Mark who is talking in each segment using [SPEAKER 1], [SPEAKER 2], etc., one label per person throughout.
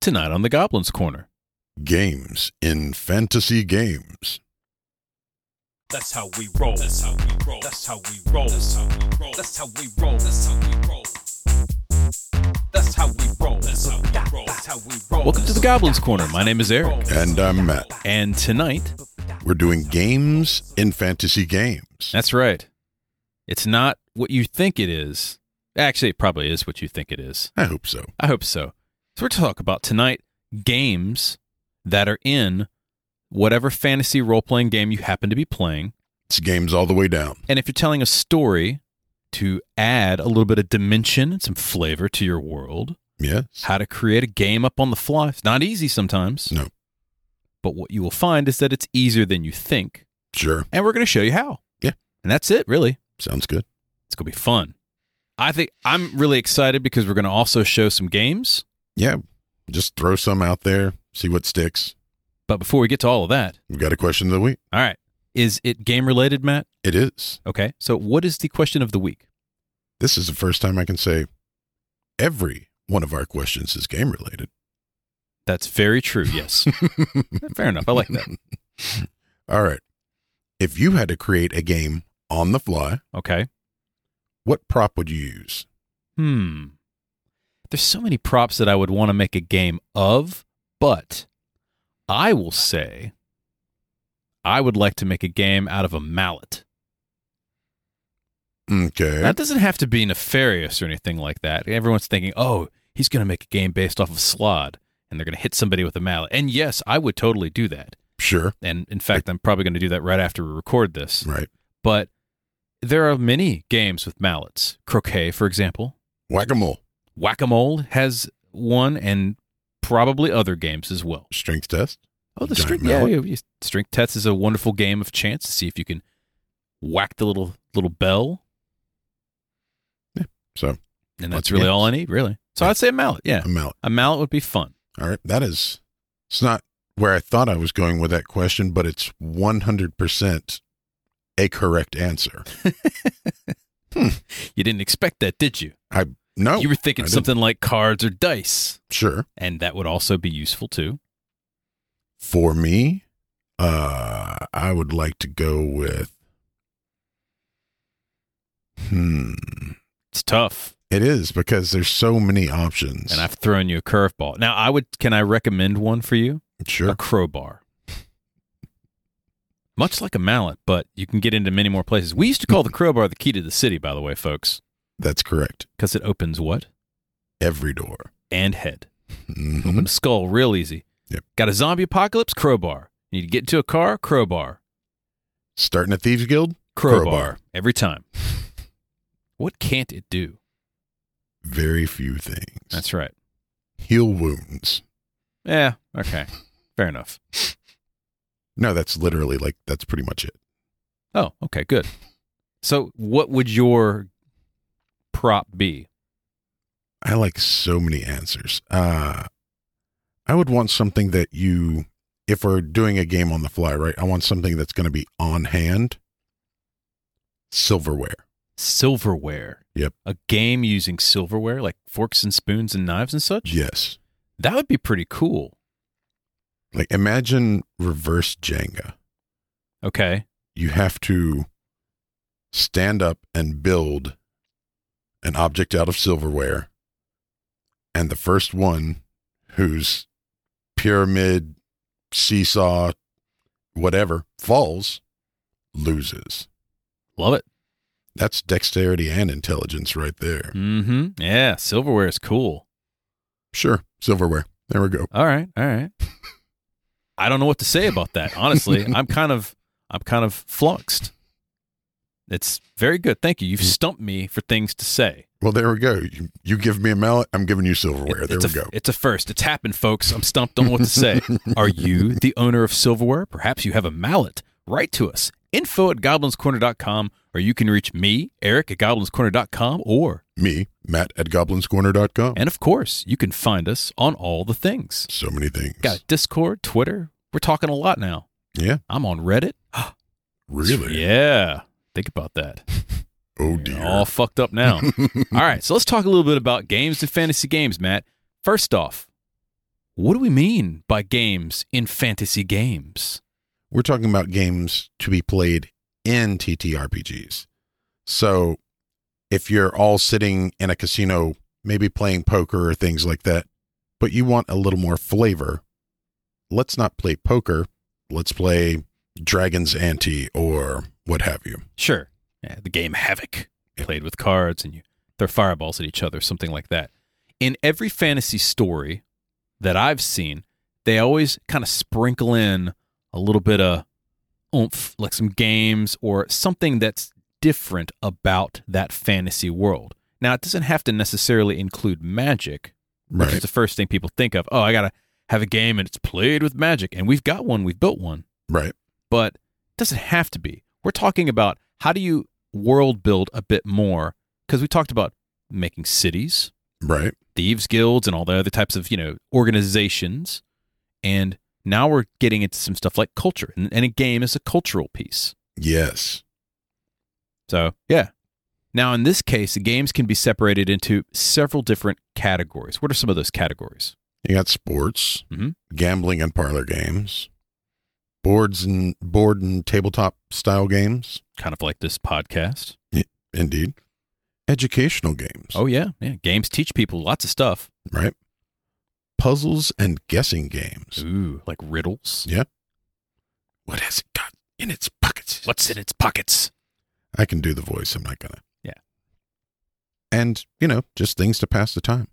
[SPEAKER 1] tonight on the Goblins Corner.
[SPEAKER 2] Games in fantasy games.
[SPEAKER 3] That's how we roll. That's how we roll. That's how we roll. That's how we roll. That's how we roll. That's how we roll. That's how we roll. That's how we roll. That's how we roll.
[SPEAKER 1] Welcome to the Goblins Corner. My name is Eric.
[SPEAKER 2] And I'm Matt.
[SPEAKER 1] And tonight,
[SPEAKER 2] We're doing games in fantasy games.
[SPEAKER 1] that's right. It's not what you think it is. Actually, it probably is what you think it is.
[SPEAKER 2] I hope so.
[SPEAKER 1] I hope so. So we're to talk about tonight games that are in whatever fantasy role playing game you happen to be playing.
[SPEAKER 2] It's games all the way down.
[SPEAKER 1] And if you're telling a story to add a little bit of dimension and some flavor to your world,
[SPEAKER 2] Yes.
[SPEAKER 1] how to create a game up on the fly. It's not easy sometimes.
[SPEAKER 2] No.
[SPEAKER 1] But what you will find is that it's easier than you think.
[SPEAKER 2] Sure.
[SPEAKER 1] And we're going to show you how.
[SPEAKER 2] Yeah.
[SPEAKER 1] And that's it, really.
[SPEAKER 2] Sounds good.
[SPEAKER 1] It's going to be fun. I think I'm really excited because we're going to also show some games.
[SPEAKER 2] Yeah. Just throw some out there, see what sticks.
[SPEAKER 1] But before we get to all of that,
[SPEAKER 2] We've got a question of the week.
[SPEAKER 1] all right, is it game related, Matt?
[SPEAKER 2] It is.
[SPEAKER 1] Okay. So, what is the question of the week?
[SPEAKER 2] This is the first time I can say every one of our questions is game related.
[SPEAKER 1] That's very true. Yes. Fair enough. I like that.
[SPEAKER 2] All right. If you had to create a game on the fly,
[SPEAKER 1] Okay.
[SPEAKER 2] what prop would you use?
[SPEAKER 1] Hmm. There's so many props that I would want to make a game of, but I will say I would like to make a game out of a mallet.
[SPEAKER 2] Okay.
[SPEAKER 1] That doesn't have to be nefarious or anything like that. Everyone's thinking, oh, he's going to make a game based off of Slod, and they're going to hit somebody with a mallet. And yes, I would totally do that.
[SPEAKER 2] sure.
[SPEAKER 1] And in fact, I'm probably going to do that right after we record this.
[SPEAKER 2] Right.
[SPEAKER 1] But there are many games with mallets. Croquet, for example.
[SPEAKER 2] Whack a mole.
[SPEAKER 1] Whack a Mole has one and probably other games as well.
[SPEAKER 2] Strength test.
[SPEAKER 1] Oh, the
[SPEAKER 2] Giant
[SPEAKER 1] string, yeah,
[SPEAKER 2] mallet.
[SPEAKER 1] yeah, yeah. string test is a wonderful game of chance to see if you can whack the little little bell,
[SPEAKER 2] So
[SPEAKER 1] and
[SPEAKER 2] Lots
[SPEAKER 1] that's
[SPEAKER 2] of
[SPEAKER 1] really
[SPEAKER 2] games.
[SPEAKER 1] all I need, really. So I'd say a mallet, yeah,
[SPEAKER 2] a mallet.
[SPEAKER 1] a mallet would be fun.
[SPEAKER 2] All right. That is, it's not where I thought I was going with that question, but it's 100% a correct answer.
[SPEAKER 1] You didn't expect that, did you?
[SPEAKER 2] I, no.
[SPEAKER 1] you were
[SPEAKER 2] Oh, I
[SPEAKER 1] thinking
[SPEAKER 2] didn't.
[SPEAKER 1] something like cards or dice,
[SPEAKER 2] sure.
[SPEAKER 1] and that would also be useful too.
[SPEAKER 2] For me, uh, I would like to go with, hmm.
[SPEAKER 1] It's tough,
[SPEAKER 2] It is because there's so many options.
[SPEAKER 1] and I've thrown you a curveball. Now, I would can I recommend one for you? a
[SPEAKER 2] sure.
[SPEAKER 1] crowbar. Much like a mallet, but you can get into many more places. We used to call the crowbar the key to the city, by the way, folks,
[SPEAKER 2] That's correct.
[SPEAKER 1] because it opens what?
[SPEAKER 2] Every door.
[SPEAKER 1] And head.
[SPEAKER 2] Mhm.
[SPEAKER 1] Open the skull real easy.
[SPEAKER 2] Yep.
[SPEAKER 1] Got a zombie apocalypse? Crowbar. You need to get into a car? Crowbar.
[SPEAKER 2] Starting a thieves guild.
[SPEAKER 1] Crowbar.
[SPEAKER 2] Crowbar.
[SPEAKER 1] Every time. what can't it do?
[SPEAKER 2] Very few things.
[SPEAKER 1] That's right.
[SPEAKER 2] Heal wounds.
[SPEAKER 1] Yeah. Okay. Fair enough.
[SPEAKER 2] No, that's literally like that's pretty much it.
[SPEAKER 1] Oh, okay. Good. So, what would your prop be?
[SPEAKER 2] I like so many answers. Uh I would want something that you if we're doing a game on the fly, right? I want something that's going to be on hand. Silverware.
[SPEAKER 1] silverware.
[SPEAKER 2] Yep.
[SPEAKER 1] A game using silverware, like forks and spoons and knives and such.
[SPEAKER 2] Yes.
[SPEAKER 1] That would be pretty cool.
[SPEAKER 2] Like imagine reverse Jenga.
[SPEAKER 1] Okay.
[SPEAKER 2] you have to stand up and build an object out of silverware. And the first one whose pyramid, seesaw, whatever falls loses.
[SPEAKER 1] Love it.
[SPEAKER 2] That's dexterity and intelligence right there.
[SPEAKER 1] Mm-hmm. Yeah, silverware is cool.
[SPEAKER 2] Sure, silverware. There we go.
[SPEAKER 1] All right. All right. I don't know what to say about that. Honestly, I'm kind of I'm kind of fluxed. It's very good. Thank you. You've stumped me for things to say.
[SPEAKER 2] Well, there we go. You, you give me a mallet, I'm giving you silverware.
[SPEAKER 1] It-
[SPEAKER 2] there
[SPEAKER 1] it's
[SPEAKER 2] we
[SPEAKER 1] a,
[SPEAKER 2] go.
[SPEAKER 1] It's a first. It's happened, folks. I'm stumped on what to say. Are you the owner of silverware? Perhaps you have a mallet. Write to us. Info at goblinscorner.com, or you can reach me, Eric at goblinscorner.com, or,
[SPEAKER 2] Me, Matt at goblinscorner.com.
[SPEAKER 1] and of course, you can find us on all the things.
[SPEAKER 2] So many things.
[SPEAKER 1] Got Discord, Twitter. We're talking a lot now.
[SPEAKER 2] Yeah,
[SPEAKER 1] I'm on Reddit.
[SPEAKER 2] really?
[SPEAKER 1] Yeah. Think about that.
[SPEAKER 2] Oh,
[SPEAKER 1] You're
[SPEAKER 2] dear.
[SPEAKER 1] All fucked up now. all right. So let's talk a little bit about games and fantasy games, Matt. First off, What do we mean by games in fantasy games?
[SPEAKER 2] We're talking about games to be played in TTRPGs. So if you're all sitting in a casino, maybe playing poker or things like that, but you want a little more flavor, let's not play poker. Let's play Dragon's Ante or what have you.
[SPEAKER 1] Sure. Yeah, the game Havoc played with cards and you throw fireballs at each other, something like that. In every fantasy story that I've seen, they always kind of sprinkle in a little bit of oomph, like some games or something that's different about that fantasy world. Now, it doesn't have to necessarily include magic, which is
[SPEAKER 2] Right.
[SPEAKER 1] the first thing people think of. Oh, I got to have a game and it's played with magic. And we've got one, we've built one
[SPEAKER 2] Right.
[SPEAKER 1] but it doesn't have to be. We're talking about how do you world build a bit more because we talked about making cities,
[SPEAKER 2] Right.
[SPEAKER 1] thieves guilds and all the other types of, you know, organizations. And now we're getting into some stuff like culture and, and a game is a cultural piece.
[SPEAKER 2] Yes.
[SPEAKER 1] So, yeah. Now, in this case, the games can be separated into several different categories. What are some of those categories?
[SPEAKER 2] You got sports,
[SPEAKER 1] Mhm.
[SPEAKER 2] gambling and parlor games, boards and board and tabletop style games.
[SPEAKER 1] Kind of like this podcast.
[SPEAKER 2] Indeed. Educational games.
[SPEAKER 1] Oh, yeah. Yeah. Games teach people lots of stuff.
[SPEAKER 2] Right. Puzzles and guessing games.
[SPEAKER 1] Ooh, like riddles.
[SPEAKER 2] What has it got in its pockets?
[SPEAKER 1] What's in its pockets?
[SPEAKER 2] I can do the voice. I'm not gonna.
[SPEAKER 1] Yeah.
[SPEAKER 2] And you know, just things to pass the time.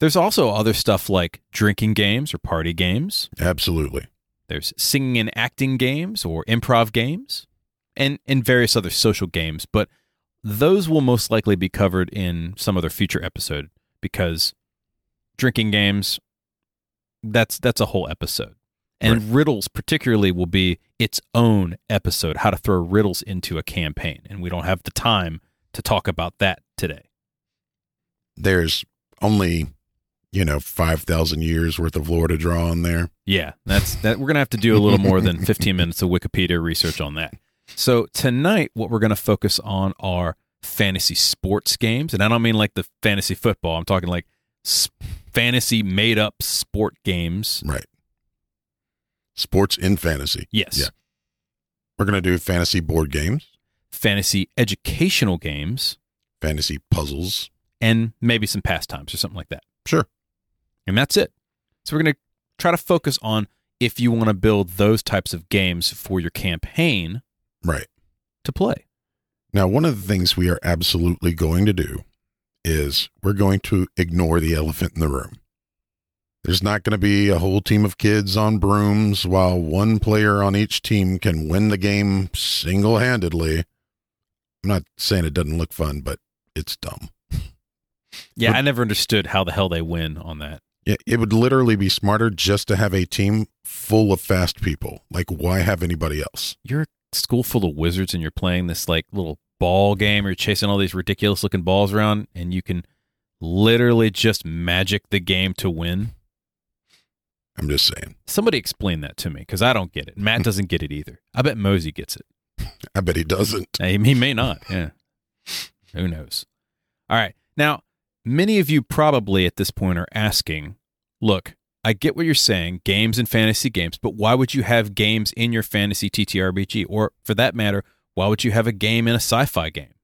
[SPEAKER 1] There's also other stuff like drinking games or party games.
[SPEAKER 2] Absolutely.
[SPEAKER 1] There's singing and acting games or improv games and, and various other social games, but those will most likely be covered in some other future episode because drinking games that's that's a whole episode. And riddles particularly will be its own episode, how to throw riddles into a campaign. And we don't have the time to talk about that today.
[SPEAKER 2] There's only, you know, five thousand years worth of lore to draw on there.
[SPEAKER 1] Yeah, that's that. We're gonna have to do a little more than 15 minutes of Wikipedia research on that. So tonight, what we're gonna focus on are fantasy sports games, and I don't mean like the fantasy football. I'm talking like s- fantasy made up sport games.
[SPEAKER 2] Right. Sports in fantasy.
[SPEAKER 1] Yes,
[SPEAKER 2] Yeah. We're gonna do fantasy board games,
[SPEAKER 1] fantasy educational games,
[SPEAKER 2] fantasy puzzles.
[SPEAKER 1] and maybe some pastimes or something like that.
[SPEAKER 2] Sure.
[SPEAKER 1] And that's it. So we're going to try to focus on if you want to build those types of games for your campaign
[SPEAKER 2] Right.
[SPEAKER 1] to play.
[SPEAKER 2] Now, one of the things we are absolutely going to do is we're going to ignore the elephant in the room. There's not going to be a whole team of kids on brooms while one player on each team can win the game single handedly. I'm not saying it doesn't look fun, but it's dumb.
[SPEAKER 1] Yeah,
[SPEAKER 2] But-
[SPEAKER 1] I never understood how the hell they win on that.
[SPEAKER 2] It it would literally be smarter just to have a team full of fast people. Like, why have anybody else?
[SPEAKER 1] you're a school full of wizards and you're playing this like little ball game or you're chasing all these ridiculous looking balls around and you can literally just magic the game to win
[SPEAKER 2] I'm just saying.
[SPEAKER 1] somebody explain that to me because i don't get it matt doesn't get it either i bet mosey gets it
[SPEAKER 2] I bet he doesn't.
[SPEAKER 1] I mean, he may not yeah who knows all right now many of you probably at this point are asking look i get what you're saying games and fantasy games but why would you have games in your fantasy ttrpg or for that matter why would you have a game in a sci-fi game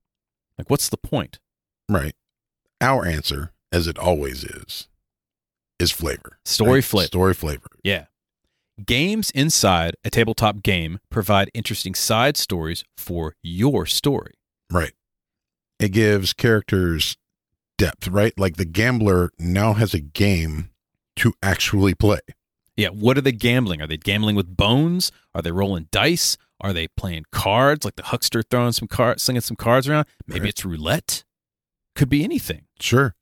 [SPEAKER 1] like what's the point
[SPEAKER 2] Right. Our answer, as it always is, is flavor.
[SPEAKER 1] Story
[SPEAKER 2] Right?
[SPEAKER 1] flavor.
[SPEAKER 2] Story flavor.
[SPEAKER 1] Yeah. Games inside a tabletop game provide interesting side stories for your story.
[SPEAKER 2] Right. It gives characters depth, right? Like the gambler now has a game to actually play.
[SPEAKER 1] Yeah, what are they gambling? Are they gambling with bones? Are they rolling dice? Are they playing cards like the huckster throwing some cards, slinging some cards around? Maybe
[SPEAKER 2] Right.
[SPEAKER 1] it's roulette. Could be anything.
[SPEAKER 2] Sure.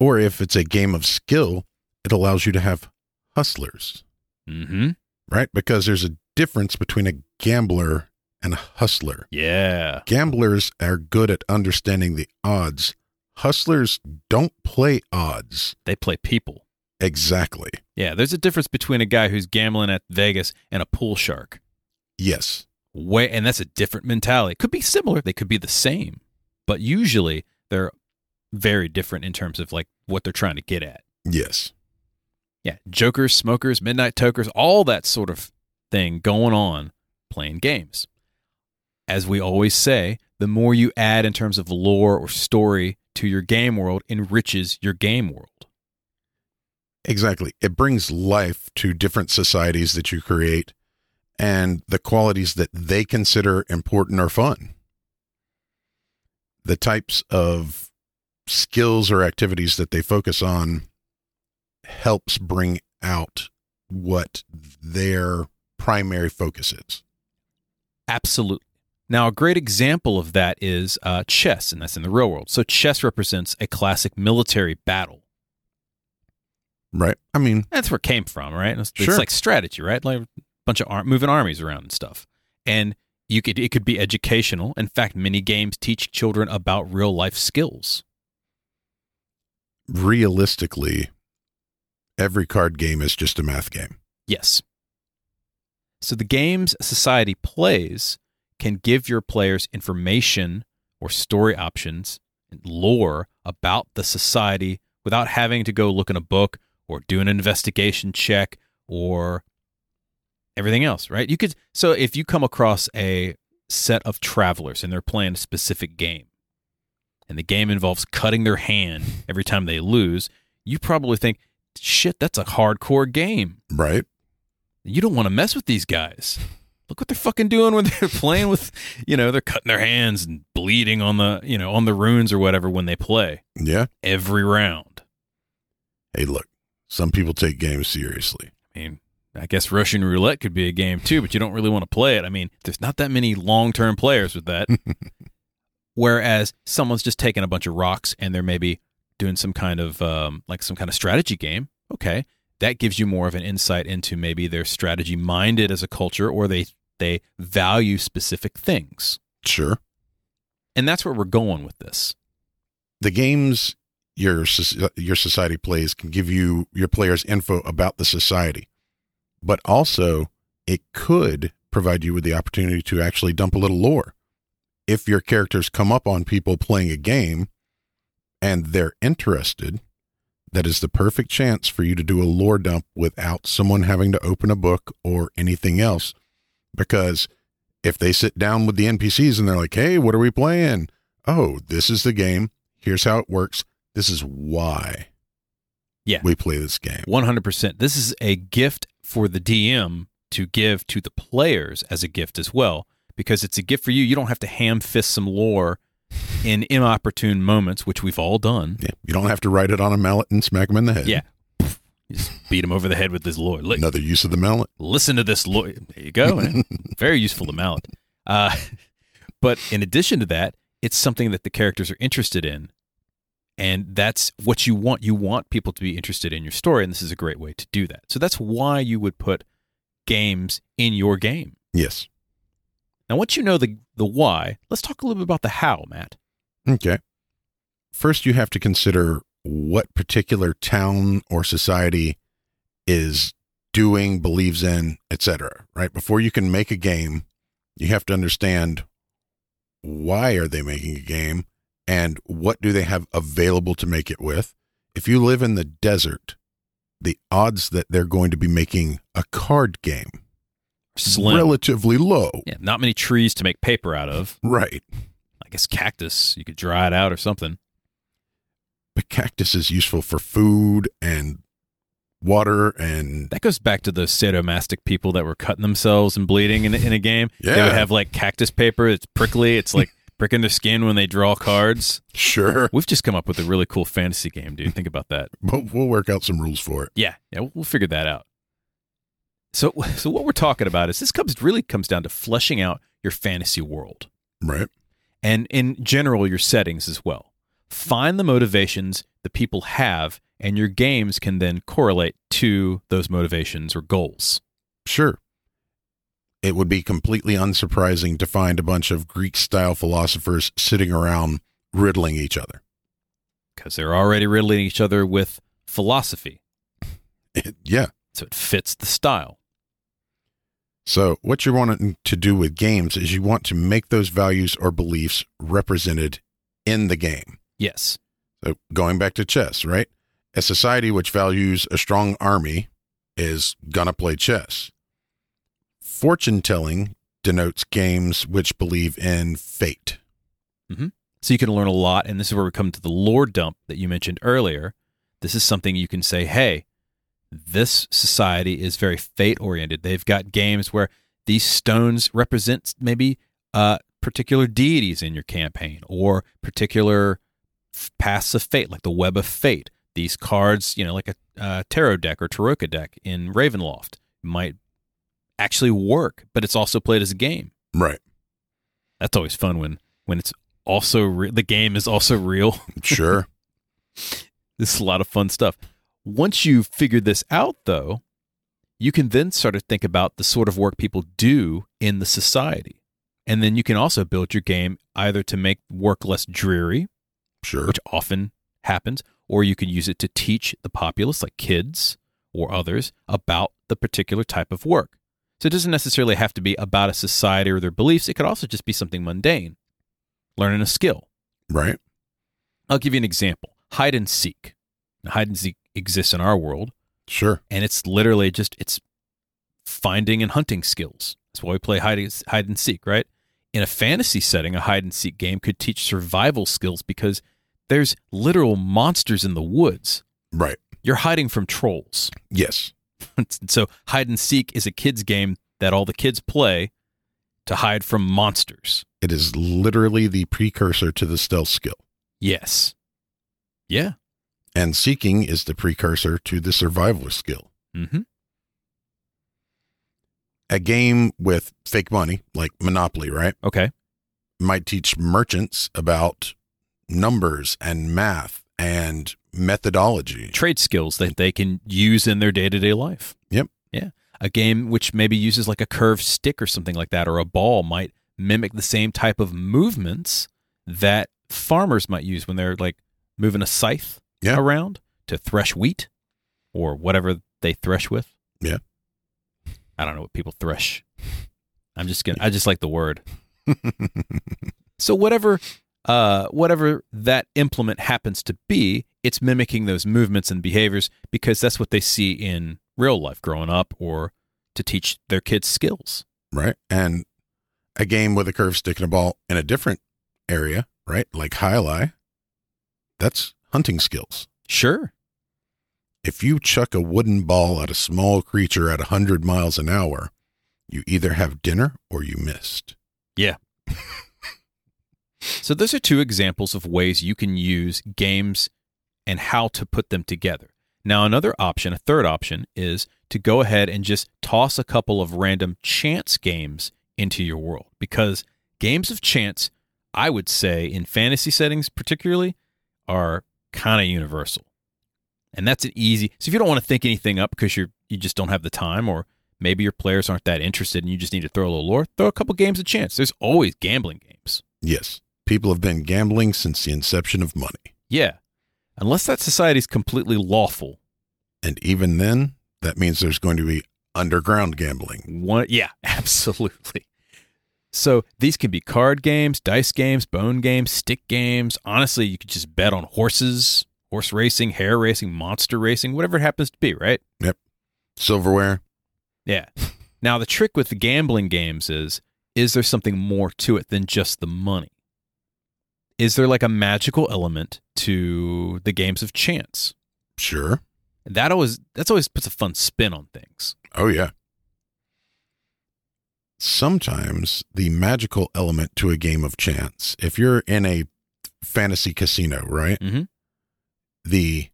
[SPEAKER 2] Or if it's a game of skill, it allows you to have hustlers,
[SPEAKER 1] Mm-hmm.
[SPEAKER 2] right? Because there's a difference between a gambler and a hustler.
[SPEAKER 1] Yeah.
[SPEAKER 2] Gamblers are good at understanding the odds. Hustlers don't play odds.
[SPEAKER 1] They play people.
[SPEAKER 2] Exactly.
[SPEAKER 1] Yeah, there's a difference between a guy who's gambling at Vegas and a pool shark.
[SPEAKER 2] Yes.
[SPEAKER 1] way and that's a different mentality could be similar they could be the same but usually they're very different in terms of like what they're trying to get at
[SPEAKER 2] Yes.
[SPEAKER 1] Yeah, jokers, smokers, midnight tokers, all that sort of thing going on playing games. As we always say, the more you add in terms of lore or story to your game world enriches your game world.
[SPEAKER 2] Exactly. It brings life to different societies that you create and the qualities that they consider important or fun. The types of skills or activities that they focus on helps bring out what their primary focus is.
[SPEAKER 1] Absolutely. Now, a great example of that is uh, chess, and that's in the real world. So, chess represents a classic military battle.
[SPEAKER 2] Right. I mean,
[SPEAKER 1] That's where it came from, right? It's, it's
[SPEAKER 2] Sure.
[SPEAKER 1] like strategy, right? Like a bunch of ar- moving armies around and stuff. And you could it could be educational. In fact, many games teach children about real life skills.
[SPEAKER 2] realistically, every card game is just a math game.
[SPEAKER 1] Yes. So the games society plays can give your players information or story options and lore about the society without having to go look in a book or do an investigation check or everything else, right? You could so if you come across a set of travelers and they're playing a specific game and the game involves cutting their hand every time they lose, you probably think, "Shit, that's a hardcore game."
[SPEAKER 2] Right.
[SPEAKER 1] you don't want to mess with these guys. Look what they're fucking doing when they're playing with, you know, they're cutting their hands and bleeding on the, you know, on the runes or whatever when they play
[SPEAKER 2] Yeah.
[SPEAKER 1] every round.
[SPEAKER 2] Hey, look, some people take games seriously.
[SPEAKER 1] I mean, I guess Russian roulette could be a game too, but you don't really want to play it. I mean, there's not that many long term players with that. Whereas someone's just taking a bunch of rocks and they're maybe doing some kind of um, like some kind of strategy game. Okay, that gives you more of an insight into maybe they're strategy minded as a culture, or they they value specific things,
[SPEAKER 2] Sure.
[SPEAKER 1] and that's where we're going with this.
[SPEAKER 2] The games your soc- your society plays can give you your players info about the society, but also it could provide you with the opportunity to actually dump a little lore. If your characters come up on people playing a game and they're interested, that is the perfect chance for you to do a lore dump without someone having to open a book or anything else. Because if they sit down with the NPCs and they're like, hey, what are we playing? Oh, this is the game. Here's how it works. This is why
[SPEAKER 1] Yeah.
[SPEAKER 2] we play this game.
[SPEAKER 1] One hundred percent. This is a gift for the DM to give to the players as a gift as well, because it's a gift for you. You don't have to ham fist some lore in inopportune moments, which we've all done.
[SPEAKER 2] Yeah. You don't have to write it on a mallet and smack them in the head.
[SPEAKER 1] Yeah. You just beat him over the head with this lore. Li-
[SPEAKER 2] Another use of the mallet.
[SPEAKER 1] Listen to this lore. There you go. man. Very useful to mallet. Uh, but in addition to that, it's something that the characters are interested in. And that's what you want. You want people to be interested in your story, and this is a great way to do that. So that's why you would put games in your game.
[SPEAKER 2] Yes.
[SPEAKER 1] Now, once you know the the why, let's talk a little bit about the how, Matt.
[SPEAKER 2] Okay. First, you have to consider what particular town or society is doing, believes in, etc. Right? Before you can make a game, you have to understand why are they making a game and what do they have available to make it with. If you live in the desert, the odds that they're going to be making a card game
[SPEAKER 1] Slim.
[SPEAKER 2] relatively low.
[SPEAKER 1] Yeah, not many trees to make paper out of.
[SPEAKER 2] Right.
[SPEAKER 1] I guess cactus. You could dry it out or something.
[SPEAKER 2] But cactus is useful for food and water and
[SPEAKER 1] That goes back to those sadomastic people that were cutting themselves and bleeding in, in a game. They
[SPEAKER 2] Yeah.
[SPEAKER 1] would have like cactus paper. It's prickly. It's like pricking their skin when they draw cards.
[SPEAKER 2] Sure.
[SPEAKER 1] We've just come up with a really cool fantasy game, dude. Think about that.
[SPEAKER 2] But we'll work out some rules for it.
[SPEAKER 1] Yeah, yeah, we'll- we'll figure that out. So, so what we're talking about is this comes really comes down to fleshing out your fantasy world.
[SPEAKER 2] Right.
[SPEAKER 1] and in general your settings as well. Find the motivations the people have, and your games can then correlate to those motivations or goals.
[SPEAKER 2] Sure. It would be completely unsurprising to find a bunch of Greek style philosophers sitting around riddling each other.
[SPEAKER 1] Because they're already riddling each other with philosophy,
[SPEAKER 2] yeah.
[SPEAKER 1] so it fits the style.
[SPEAKER 2] So, what you're wanting to do with games is you want to make those values or beliefs represented in the game.
[SPEAKER 1] Yes,
[SPEAKER 2] So, going back to chess, right? A society which values a strong army is gonna play chess. Fortune telling denotes games which believe in fate.
[SPEAKER 1] So you can learn a lot. And this is where we come to the lore dump that you mentioned earlier. This is something you can say, hey, this society is very fate oriented. They've got games where these stones represent maybe uh, particular deities in your campaign or particular f- paths of fate, like the web of fate. These cards, you know, like a uh, tarot deck or taroka deck in Ravenloft, might actually work, but it's also played as a game.
[SPEAKER 2] Right.
[SPEAKER 1] That's always fun when when it's also re- the game is also real.
[SPEAKER 2] Sure.
[SPEAKER 1] This is a lot of fun stuff. Once you've figured this out, though, you can then start to think about the sort of work people do in the society. And then you can also build your game either to make work less dreary,
[SPEAKER 2] sure.
[SPEAKER 1] which often happens, or you can use it to teach the populace, like kids or others, about the particular type of work. So it doesn't necessarily have to be about a society or their beliefs. It could also just be something mundane, learning a skill.
[SPEAKER 2] Right.
[SPEAKER 1] I'll give you an example hide and seek. Now, hide and seek exists in our world,
[SPEAKER 2] Sure.
[SPEAKER 1] and it's literally just it's finding and hunting skills. That's why we play hide, and- hide and seek, right? In a fantasy setting, a hide and seek game could teach survival skills because there's literal monsters in the woods.
[SPEAKER 2] Right.
[SPEAKER 1] You're hiding from trolls.
[SPEAKER 2] Yes.
[SPEAKER 1] so, hide and seek is a kids' game that all the kids play to hide from monsters.
[SPEAKER 2] It is literally the precursor to the stealth skill.
[SPEAKER 1] Yes. Yeah.
[SPEAKER 2] And seeking is the precursor to the survival skill.
[SPEAKER 1] Mm-hmm.
[SPEAKER 2] A game with fake money, like Monopoly, right?
[SPEAKER 1] Okay.
[SPEAKER 2] might teach merchants about numbers and math and methodology.
[SPEAKER 1] trade skills that they can use in their day to day life.
[SPEAKER 2] Yep.
[SPEAKER 1] Yeah. A game which maybe uses like a curved stick or something like that, or a ball might mimic the same type of movements that farmers might use when they're like moving a scythe
[SPEAKER 2] Yeah.
[SPEAKER 1] around to thresh wheat or whatever they thresh with.
[SPEAKER 2] Yeah.
[SPEAKER 1] I don't know what people thresh. I'm just gonna I just like the word. so whatever uh, whatever that implement happens to be, it's mimicking those movements and behaviors because that's what they see in real life growing up or to teach their kids skills.
[SPEAKER 2] Right. And a game with a curved stick and a ball in a different area, right? Like High Lie, that's hunting skills.
[SPEAKER 1] Sure.
[SPEAKER 2] If you chuck a wooden ball at a small creature at 100 miles an hour, you either have dinner or you missed.
[SPEAKER 1] So those are two examples of ways you can use games and how to put them together. Now, another option, a third option, is to go ahead and just toss a couple of random chance games into your world because games of chance, I would say, in fantasy settings particularly, are kind of universal. And that's an easy. So if you don't want to think anything up because you're you just don't have the time or maybe your players aren't that interested and you just need to throw a little lore, throw a couple games of chance. There's always gambling games.
[SPEAKER 2] Yes. People have been gambling since the inception of money.
[SPEAKER 1] Yeah. Unless that society's completely lawful.
[SPEAKER 2] And even then, that means there's going to be underground gambling.
[SPEAKER 1] One yeah, absolutely. So these can be card games, dice games, bone games, stick games. Honestly, you could just bet on horses, horse racing, hare racing, monster racing, whatever it happens to be, right?
[SPEAKER 2] silverware.
[SPEAKER 1] Yeah. Now the trick with the gambling games is is there something more to it than just the money? Is there like a magical element to the games of chance?
[SPEAKER 2] Sure.
[SPEAKER 1] That always that's always puts a fun spin on things.
[SPEAKER 2] Oh, yeah. Sometimes the magical element to a game of chance, if you're in a fantasy casino, right?
[SPEAKER 1] Mhm.
[SPEAKER 2] The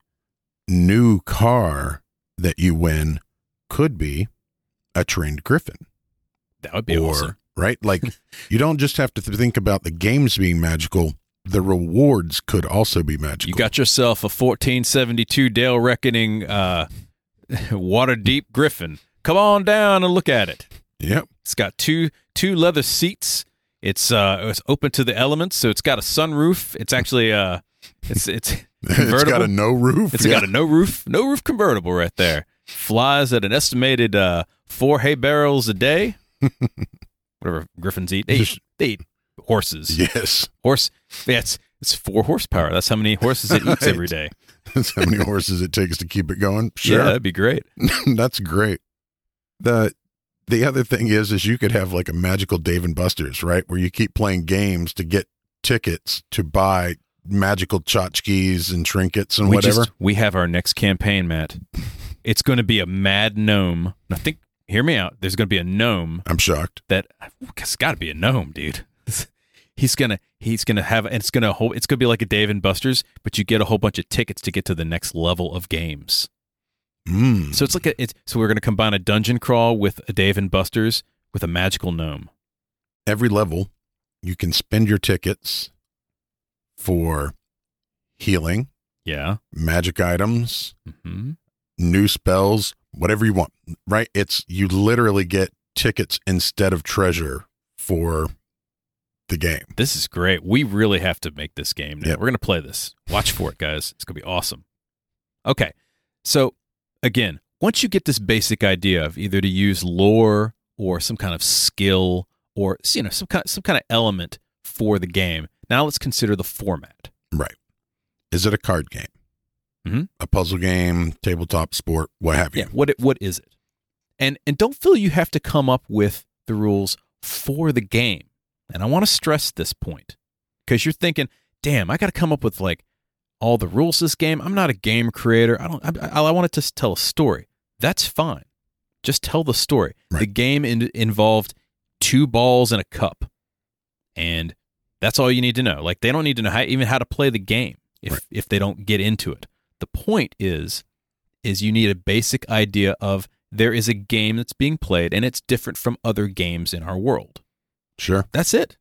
[SPEAKER 2] new car that you win could be a trained griffin.
[SPEAKER 1] That would be
[SPEAKER 2] or,
[SPEAKER 1] awesome.
[SPEAKER 2] right? Like, you don't just have to th- think about the games being magical, the rewards could also be magical.
[SPEAKER 1] You got yourself a 1472 Dale Reckoning uh, water deep Griffin. Come on down and look at it.
[SPEAKER 2] Yep.
[SPEAKER 1] It's got two two leather seats. It's uh it's open to the elements, so it's got a sunroof. It's actually uh it's it's
[SPEAKER 2] it's got
[SPEAKER 1] Convertible?
[SPEAKER 2] a no roof.
[SPEAKER 1] it's
[SPEAKER 2] yeah.
[SPEAKER 1] got a no roof no roof convertible right there. Flies at an estimated uh four hay barrels a day. Whatever Griffins eat, they eat, they eat horses.
[SPEAKER 2] Yes.
[SPEAKER 1] Horse. That's it's four horsepower. That's how many horses it eats every day.
[SPEAKER 2] That's how many horses it takes to keep it going.
[SPEAKER 1] Yeah,
[SPEAKER 2] Sure.
[SPEAKER 1] that'd be great.
[SPEAKER 2] That's great. The the other thing is is you could have like a magical Dave and Buster's, right? Where you keep playing games to get tickets to buy magical tchotchkes and trinkets and
[SPEAKER 1] we
[SPEAKER 2] whatever.
[SPEAKER 1] Just, we have our next campaign, Matt. It's going to be a mad gnome. And I think, hear me out. There's going to be a gnome
[SPEAKER 2] I'm shocked.
[SPEAKER 1] that it's got to be a gnome, dude. He's gonna, he's gonna have, and it's gonna, whole, it's gonna be like a Dave and Buster's, but you get a whole bunch of tickets to get to the next level of games.
[SPEAKER 2] Mm.
[SPEAKER 1] So it's like a, it's, so we're gonna combine a dungeon crawl with a Dave and Buster's with a magical gnome.
[SPEAKER 2] Every level you can spend your tickets for healing,
[SPEAKER 1] Yeah.
[SPEAKER 2] magic items,
[SPEAKER 1] hmm
[SPEAKER 2] new spells, whatever you want, right? It's you literally get tickets instead of treasure for the game.
[SPEAKER 1] This is great. We really have to make this game now.
[SPEAKER 2] Yep.
[SPEAKER 1] We're going to play this. Watch for it, guys. It's going to be awesome. Okay. So, again, once you get this basic idea of either to use lore or some kind of skill or you know some kind some kind of element for the game. Now let's consider the format.
[SPEAKER 2] Is it a card game?
[SPEAKER 1] Mhm.
[SPEAKER 2] A puzzle game, tabletop sport, what have you?
[SPEAKER 1] What it, what is it? And and don't feel you have to come up with the rules for the game. And I want to stress this point because you're thinking, damn, I got to come up with like all the rules to this game. I'm not a game creator. I don't. I, I, I want it to s- tell a story. That's fine. Just tell the story.
[SPEAKER 2] Right.
[SPEAKER 1] The game in, involved two balls and a cup, and that's all you need to know. Like they don't need to know how, even how to play the game if
[SPEAKER 2] Right.
[SPEAKER 1] if they don't get into it. The point is, is you need a basic idea of there is a game that's being played and it's different from other games in our world.
[SPEAKER 2] Sure.
[SPEAKER 1] That's it.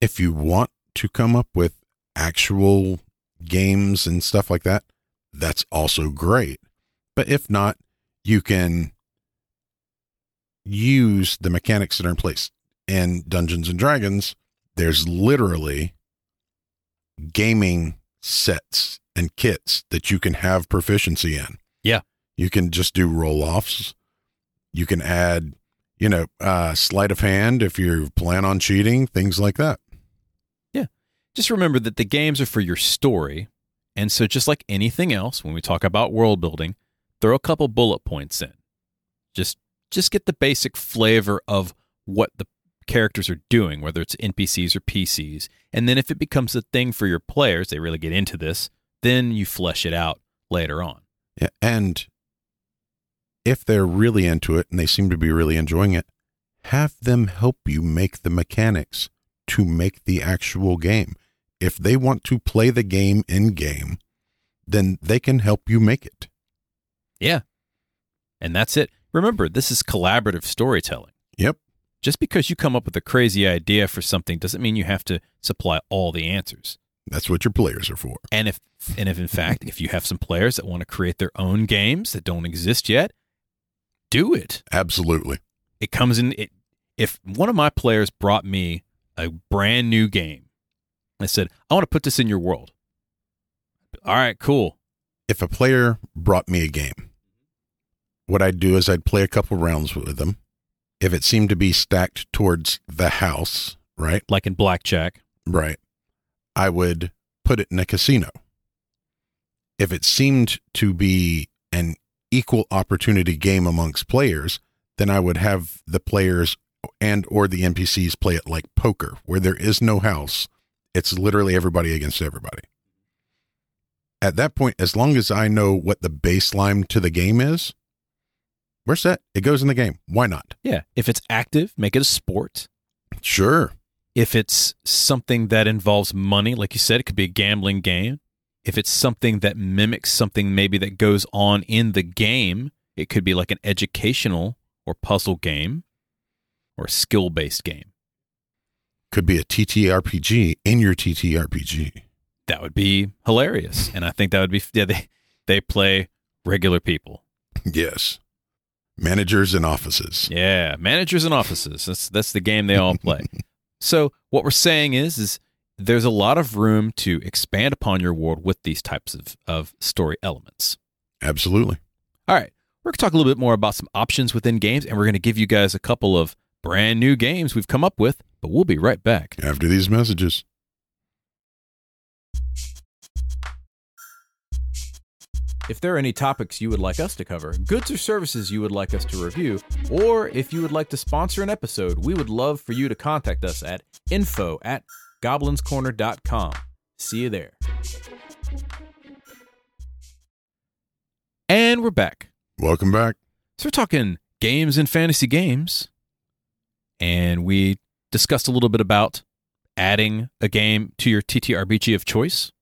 [SPEAKER 2] If you want to come up with actual games and stuff like that, that's also great. But if not, you can use the mechanics that are in place. In Dungeons and Dragons, there's literally gaming sets and kits that you can have proficiency in.
[SPEAKER 1] Yeah.
[SPEAKER 2] You can just do roll offs. You can add, you know, uh, sleight of hand if you plan on cheating, things like that.
[SPEAKER 1] just remember that the games are for your story. And so, just like anything else, when we talk about world building, throw a couple bullet points in. Just just get the basic flavor of what the characters are doing, whether it's NPCs or PCs. And then, if it becomes a thing for your players, they really get into this, then you flesh it out later on.
[SPEAKER 2] Yeah, and if they're really into it and they seem to be really enjoying it, have them help you make the mechanics to make the actual game. If they want to play the game in game, then they can help you make it.
[SPEAKER 1] Yeah. And that's it. Remember, this is collaborative storytelling.
[SPEAKER 2] Yep.
[SPEAKER 1] Just because you come up with a crazy idea for something doesn't mean you have to supply all the answers.
[SPEAKER 2] That's what your players are for.
[SPEAKER 1] And if and if in fact if you have some players that want to create their own games that don't exist yet, do it.
[SPEAKER 2] Absolutely.
[SPEAKER 1] It comes in it if one of my players brought me a brand new game, I said, I want to put this in your world. All right, cool.
[SPEAKER 2] If a player brought me a game, what I'd do is I'd play a couple rounds with them. If it seemed to be stacked towards the house, right?
[SPEAKER 1] Like in blackjack.
[SPEAKER 2] Right. I would put it in a casino. If it seemed to be an equal opportunity game amongst players, then I would have the players and or the NPCs play it like poker where there is no house. It's literally everybody against everybody. At that point, as long as I know what the baseline to the game is, we're set. It goes in the game. Why not?
[SPEAKER 1] Yeah. If it's active, make it a sport.
[SPEAKER 2] Sure.
[SPEAKER 1] If it's something that involves money, like you said, it could be a gambling game. If it's something that mimics something maybe that goes on in the game, it could be like an educational or puzzle game or skill based game.
[SPEAKER 2] Could be a TTRPG in your TTRPG.
[SPEAKER 1] That would be hilarious. And I think that would be, yeah, they, they play regular people.
[SPEAKER 2] Yes. Managers and offices.
[SPEAKER 1] Yeah, managers and offices. That's that's the game they all play. so what we're saying is is there's a lot of room to expand upon your world with these types of, of story elements.
[SPEAKER 2] Absolutely.
[SPEAKER 1] All right. We're going to talk a little bit more about some options within games, and we're going to give you guys a couple of brand new games we've come up with, but we'll be right back.
[SPEAKER 2] After these messages.
[SPEAKER 4] If there are any topics you would like us to cover, goods or services you would like us to review, or if you would like to sponsor an episode, we would love for you to contact us at info at goblinscorner.com. See you there.
[SPEAKER 1] And we're back.
[SPEAKER 2] Welcome back.
[SPEAKER 1] So we're talking games and fantasy games. And we discussed a little bit about adding a game to your TTRPG of choice.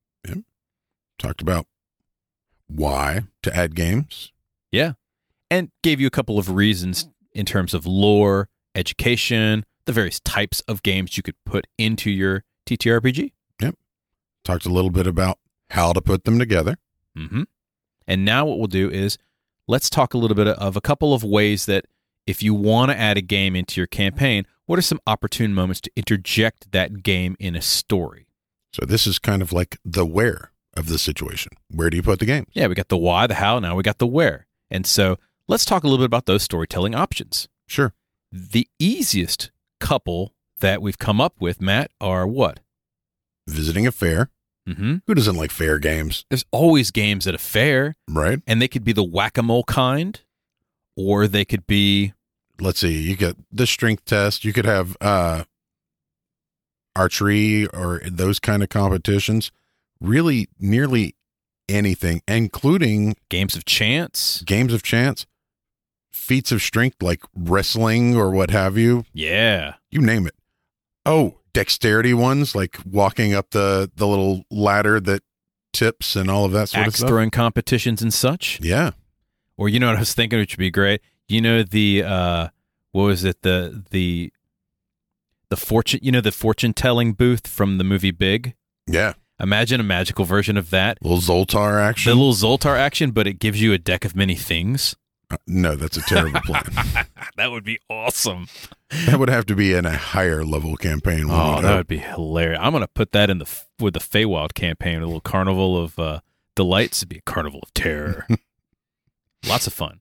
[SPEAKER 2] Talked about why to add games.
[SPEAKER 1] and gave you a couple of reasons in terms of lore, education, the various types of games you could put into your TTRPG.
[SPEAKER 2] Talked a little bit about how to put them together.
[SPEAKER 1] Mm-hmm. And now what we'll do is let's talk a little bit of a couple of ways that if you want to add a game into your campaign, what are some opportune moments to interject that game in a story?
[SPEAKER 2] So this is kind of like the where of the situation. Where do you put the games?
[SPEAKER 1] Yeah, we got the why, the how, now we got the where. And so let's talk a little bit about those storytelling options.
[SPEAKER 2] Sure.
[SPEAKER 1] The easiest couple that we've come up with, Matt, are what?
[SPEAKER 2] Visiting a fair.
[SPEAKER 1] Mm-hmm.
[SPEAKER 2] Who doesn't like fair games,
[SPEAKER 1] there's always games at a fair,
[SPEAKER 2] right?
[SPEAKER 1] and they could be the whack a mole kind, or they could be
[SPEAKER 2] Let's see. You get the strength test. You could have uh archery or those kind of competitions. Really nearly anything, including
[SPEAKER 1] games of chance.
[SPEAKER 2] games of chance, feats of strength like wrestling or what have you,
[SPEAKER 1] Yeah.
[SPEAKER 2] you name it. Oh, dexterity ones like walking up the the little ladder that tips and all of that sort
[SPEAKER 1] Axe
[SPEAKER 2] of stuff.
[SPEAKER 1] throwing competitions and such.
[SPEAKER 2] Yeah,
[SPEAKER 1] Or you know what I was thinking, which would be great. You know the uh what was it? The the the fortune you know the fortune telling booth from the movie Big?
[SPEAKER 2] yeah,
[SPEAKER 1] Imagine a magical version of that.
[SPEAKER 2] little Zoltar
[SPEAKER 1] The
[SPEAKER 2] action.
[SPEAKER 1] little Zoltar action, but it gives you a deck of many things.
[SPEAKER 2] Uh, no, that's a terrible plan.
[SPEAKER 1] Ah, that would be awesome.
[SPEAKER 2] that would have to be in a higher level campaign. wouldn't
[SPEAKER 1] Oh,
[SPEAKER 2] it?
[SPEAKER 1] that would be hilarious! I'm gonna put that in the with the Feywild campaign, a little carnival of uh, delights. It'd be a carnival of terror. Lots of fun.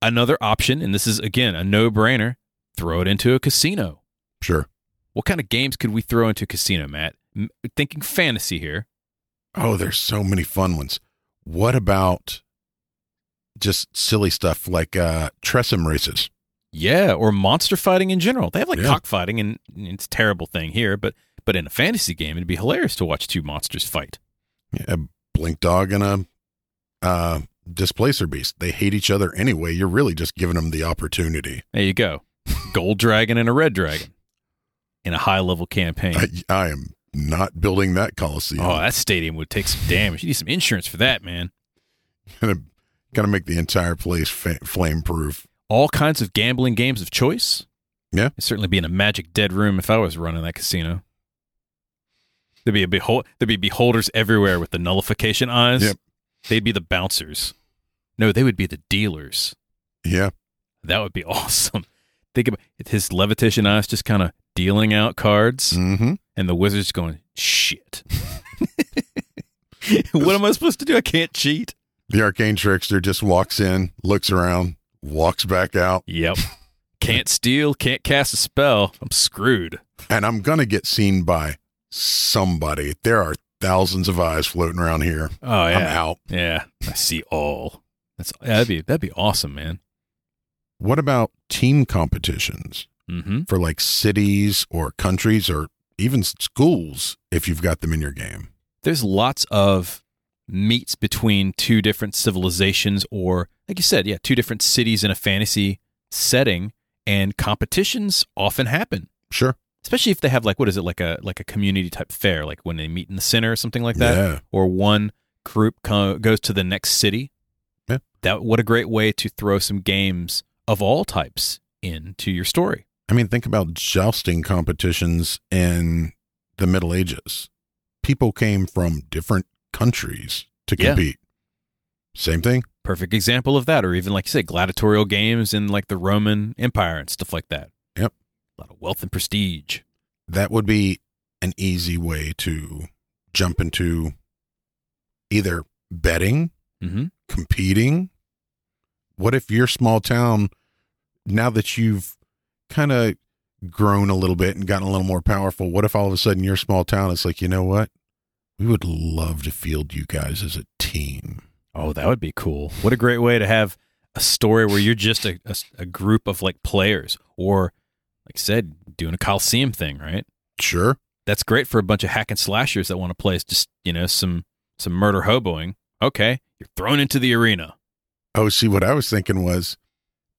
[SPEAKER 1] Another option, and this is again a no-brainer: throw it into a casino.
[SPEAKER 2] sure.
[SPEAKER 1] What kind of games could we throw into a casino, Matt? M- thinking fantasy here.
[SPEAKER 2] Oh, there's so many fun ones. What about just silly stuff like uh Tressum races?
[SPEAKER 1] Yeah, or monster fighting in general. They have like
[SPEAKER 2] Yeah.
[SPEAKER 1] cockfighting, and and it's a terrible thing here, but but in a fantasy game, it'd be hilarious to watch two monsters fight.
[SPEAKER 2] a blink dog and a uh, displacer beast. They hate each other anyway. You're really just giving them the opportunity.
[SPEAKER 1] There you go. Gold dragon and a red dragon in a high level campaign.
[SPEAKER 2] I, I am not building that coliseum.
[SPEAKER 1] Oh, that stadium would take some damage. You need some insurance for that, man.
[SPEAKER 2] gonna gonna make the entire place fa- flame proof.
[SPEAKER 1] All kinds of gambling games of choice.
[SPEAKER 2] Yeah.
[SPEAKER 1] It'd certainly be in a magic dead room if I was running that casino. There'd be a behol- there'd be beholders everywhere with the nullification eyes.
[SPEAKER 2] Yep.
[SPEAKER 1] They'd be the bouncers. No, they would be the dealers.
[SPEAKER 2] Yeah,
[SPEAKER 1] That would be awesome. Think about his levitation eyes just kind of dealing out cards.
[SPEAKER 2] mm-hmm.
[SPEAKER 1] and the wizard's going shit. what am I supposed to do? I can't cheat.
[SPEAKER 2] the arcane trickster just walks in, looks around, walks back out,
[SPEAKER 1] Yep. Can't steal, can't cast a spell. I'm screwed.
[SPEAKER 2] and I'm gonna get seen by somebody. There are thousands of eyes floating around here.
[SPEAKER 1] Oh
[SPEAKER 2] I'm
[SPEAKER 1] yeah.
[SPEAKER 2] out.
[SPEAKER 1] Yeah. I see all. That's that'd be that'd be awesome, man.
[SPEAKER 2] What about team competitions?
[SPEAKER 1] Mm-hmm.
[SPEAKER 2] for like cities or countries or even schools if you've got them in your game.
[SPEAKER 1] There's lots of meets between two different civilizations or like you said, yeah, two different cities in a fantasy setting and competitions often happen.
[SPEAKER 2] Sure.
[SPEAKER 1] Especially if they have like what is it like a like a community type fair like when they meet in the center or something like that.
[SPEAKER 2] Yeah.
[SPEAKER 1] or one group co- goes to the next city.
[SPEAKER 2] Yeah.
[SPEAKER 1] That what a great way to throw some games of all types into your story.
[SPEAKER 2] I mean, think about jousting competitions in the Middle Ages. People came from different countries to
[SPEAKER 1] Yeah.
[SPEAKER 2] compete. Same thing.
[SPEAKER 1] Perfect example of that, or even like you said, gladiatorial games in like the Roman Empire and stuff like that.
[SPEAKER 2] Yep.
[SPEAKER 1] A lot of wealth and prestige.
[SPEAKER 2] That would be an easy way to jump into either betting
[SPEAKER 1] Mm-hmm.
[SPEAKER 2] competing? What if your small town, now that you've kind of grown a little bit and gotten a little more powerful, what if all of a sudden your small town is like, you know what? We would love to field you guys as a team.
[SPEAKER 1] Oh, that would be cool. What a great way to have a story where you're just a, a, a group of like players or, like I said, doing a Coliseum thing, right?
[SPEAKER 2] Sure.
[SPEAKER 1] That's great for a bunch of hack and slashers that want to play just, you know, some some murder hoboing. Okay, you're thrown into the arena.
[SPEAKER 2] Oh, see, what I was thinking was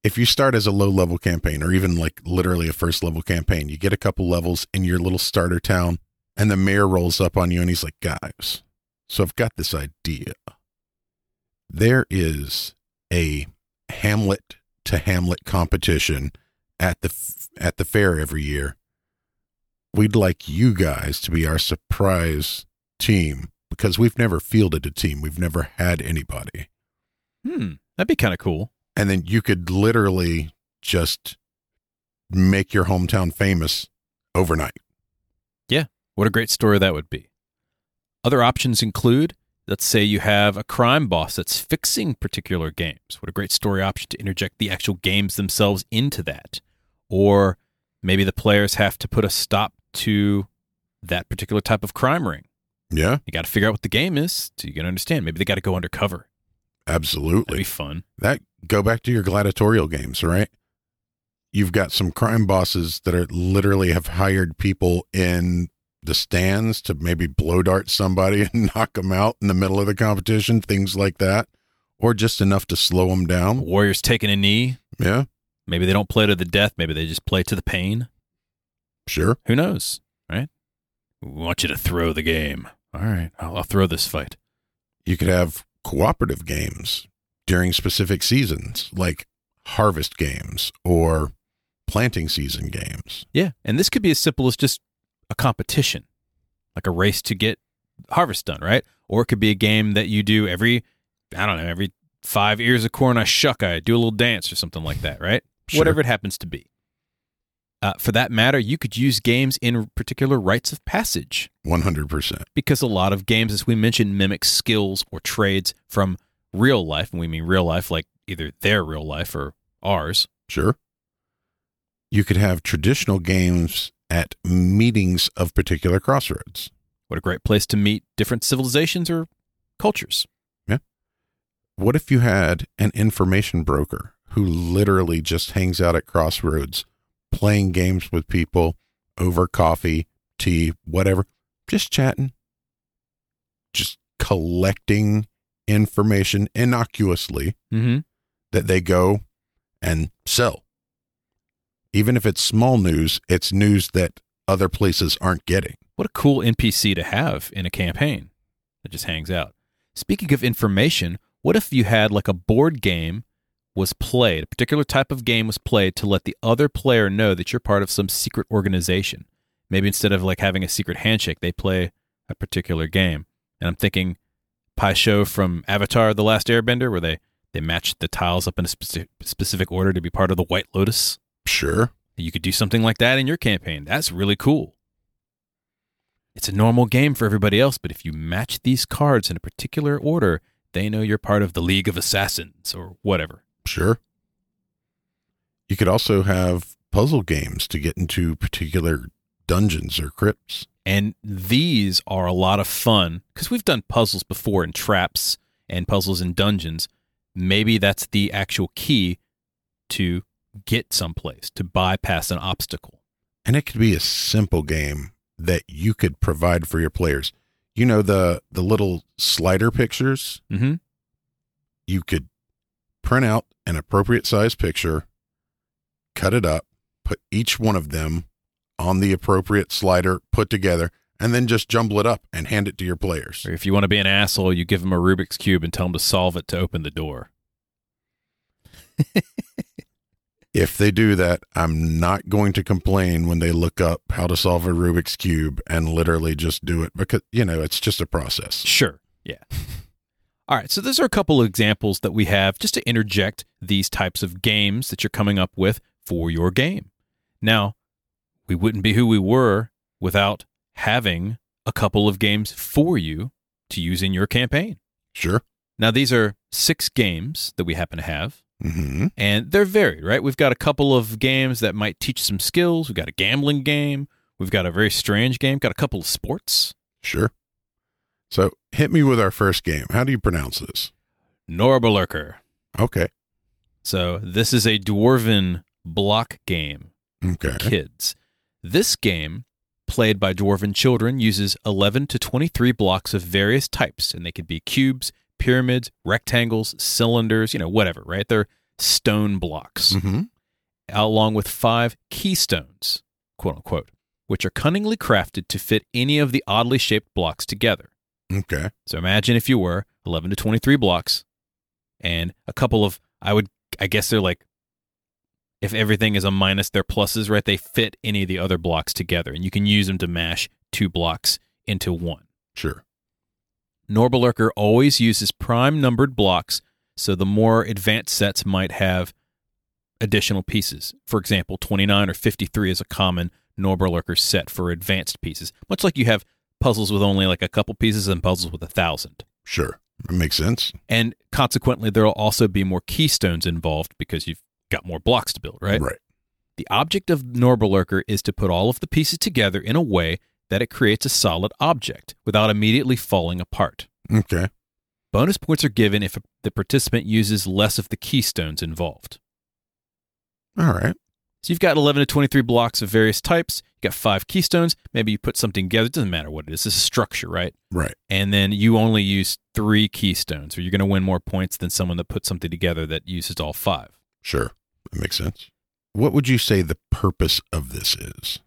[SPEAKER 2] if you start as a low level campaign or even like literally a first level campaign, you get a couple levels in your little starter town and the mayor rolls up on you and he's like, guys, so I've got this idea. There is a Hamlet to Hamlet competition at the f- at the fair every year. We'd like you guys to be our surprise team because we've never fielded a team. We've never had anybody.
[SPEAKER 1] Hmm, that'd be kind of cool.
[SPEAKER 2] and then you could literally just make your hometown famous overnight.
[SPEAKER 1] What a great story that would be. Other options include let's say you have a crime boss that's fixing particular games. What a great story option to interject the actual games themselves into that. Or maybe the players have to put a stop to that particular type of crime ring.
[SPEAKER 2] Yeah,
[SPEAKER 1] You got to figure out what the game is so you can understand. Maybe they got to go undercover. That'd be
[SPEAKER 2] absolutely.
[SPEAKER 1] fun.
[SPEAKER 2] That go back to your gladiatorial games, right? You've got some crime bosses that are literally have hired people in the stands to maybe blow dart somebody and knock them out in the middle of the competition, things like that, or just enough to slow them down.
[SPEAKER 1] Warriors taking a knee.
[SPEAKER 2] Yeah,
[SPEAKER 1] Maybe they don't play to the death. Maybe they just play to the pain.
[SPEAKER 2] sure.
[SPEAKER 1] Who knows? Right? We want you to throw the game. All right. I'll, I'll throw this fight.
[SPEAKER 2] you could have cooperative games during specific seasons, like harvest games or planting season games.
[SPEAKER 1] Yeah, and this could be as simple as just a competition, like a race to get harvest done, right? Or it could be a game that you do every, I don't know, every five ears of corn I shuck, I do a little dance or something like that, right?
[SPEAKER 2] Sure.
[SPEAKER 1] Whatever it happens to be. Uh, for that matter, you could use games in particular rites of passage
[SPEAKER 2] 100%.
[SPEAKER 1] because a lot of games, as we mentioned, mimic skills or trades from real life. And we mean real life, like either their real life or ours.
[SPEAKER 2] Sure. You could have traditional games at meetings of particular crossroads.
[SPEAKER 1] What a great place to meet different civilizations or cultures.
[SPEAKER 2] What if you had an information broker who literally just hangs out at crossroads playing games with people over coffee, tea, whatever, just chatting, just collecting information innocuously
[SPEAKER 1] Mm hmm.
[SPEAKER 2] that they go and sell? Even if it's small news, it's news that other places aren't getting.
[SPEAKER 1] What a cool NPC to have in a campaign that just hangs out. Speaking of information, what if you had like a board game was played, a particular type of game was played to let the other player know that you're part of some secret organization? Maybe instead of like having a secret handshake, they play a particular game. And I'm thinking Pai Show from Avatar The Last Airbender, where they, they match the tiles up in a speci- specific order to be part of the White Lotus.
[SPEAKER 2] Sure.
[SPEAKER 1] You could do something like that in your campaign. That's really cool. It's a normal game for everybody else, but if you match these cards in a particular order, they know you're part of the League of Assassins or whatever.
[SPEAKER 2] Sure. You could also have puzzle games to get into particular dungeons or crypts.
[SPEAKER 1] And these are a lot of fun because we've done puzzles before in traps and puzzles in dungeons. Maybe that's the actual key to get someplace, to bypass an obstacle.
[SPEAKER 2] And it could be a simple game that you could provide for your players. You know the the little slider pictures?
[SPEAKER 1] Mm-hmm.
[SPEAKER 2] You could print out an appropriate size picture, cut it up, put each one of them on the appropriate slider put together, and then just jumble it up and hand it to your players.
[SPEAKER 1] Or if you want to be an asshole, you give them a Rubik's Cube and tell them to solve it to open the door.
[SPEAKER 2] If they do that, I'm not going to complain when they look up how to solve a Rubik's Cube and literally just do it because, you know, it's just a process.
[SPEAKER 1] Sure. Yeah. All right. So those are a couple of examples that we have just to interject these types of games that you're coming up with for your game. Now, we wouldn't be who we were without having a couple of games for you to use in your campaign.
[SPEAKER 2] Sure.
[SPEAKER 1] Now, these are six games that we happen to have
[SPEAKER 2] hmm
[SPEAKER 1] and they're varied, right? We've got a couple of games that might teach some skills. We've got a gambling game. We've got a very strange game. Got a couple of sports.
[SPEAKER 2] Sure. So hit me with our first game. How do you pronounce this?
[SPEAKER 1] Norbalurker.
[SPEAKER 2] Okay.
[SPEAKER 1] So this is a dwarven block game,
[SPEAKER 2] Okay.
[SPEAKER 1] kids. This game, played by dwarven children, uses 11 to 23 blocks of various types, and they could be cubes, pyramids, rectangles, cylinders, you know, whatever, right? They're stone blocks,
[SPEAKER 2] Mm-hmm.
[SPEAKER 1] along with five keystones, quote unquote, which are cunningly crafted to fit any of the oddly shaped blocks together.
[SPEAKER 2] Okay.
[SPEAKER 1] So imagine if you were 11 to 23 blocks and a couple of, I would, I guess they're like, if everything is a minus their pluses, right? They fit any of the other blocks together and you can use them to mash two blocks into one.
[SPEAKER 2] Sure.
[SPEAKER 1] Norbalurker always uses prime numbered blocks, so the more advanced sets might have additional pieces. For example, 29 or 53 is a common Norbalurker set for advanced pieces, much like you have puzzles with only like a couple pieces and puzzles with a thousand.
[SPEAKER 2] Sure. That makes sense.
[SPEAKER 1] And consequently, there'll also be more keystones involved because you've got more blocks to build, right?
[SPEAKER 2] Right.
[SPEAKER 1] The object of Norbalurker is to put all of the pieces together in a way that it creates a solid object without immediately falling apart.
[SPEAKER 2] Okay.
[SPEAKER 1] Bonus points are given if the participant uses less of the keystones involved.
[SPEAKER 2] All right.
[SPEAKER 1] So you've got 11 to 23 blocks of various types, you've got five keystones, maybe you put something together, it doesn't matter what it is, this is structure, right?
[SPEAKER 2] Right.
[SPEAKER 1] and then you only use three keystones, or you're going to win more points than someone that puts something together that uses all five.
[SPEAKER 2] Sure. That makes sense. What would you say the purpose of this is?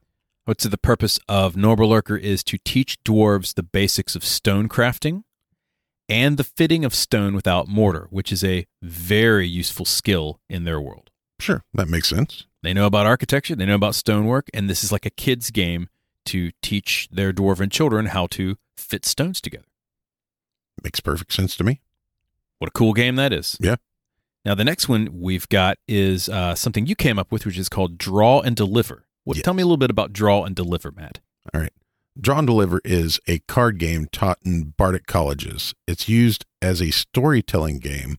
[SPEAKER 1] What's the purpose of Norbalurker is to teach dwarves the basics of stone crafting and the fitting of stone without mortar, which is a very useful skill in their world.
[SPEAKER 2] Sure. That makes sense.
[SPEAKER 1] They know about architecture, they know about stonework, and this is like a kid's game to teach their dwarven children how to fit stones together.
[SPEAKER 2] Makes perfect sense to me.
[SPEAKER 1] What a cool game that is.
[SPEAKER 2] Yeah.
[SPEAKER 1] Now, the next one we've got is uh, something you came up with, which is called Draw and Deliver. What,
[SPEAKER 2] Yes.
[SPEAKER 1] Tell me a little bit about Draw and Deliver, Matt.
[SPEAKER 2] Draw and Deliver is a card game taught in Bardic colleges. It's used as a storytelling game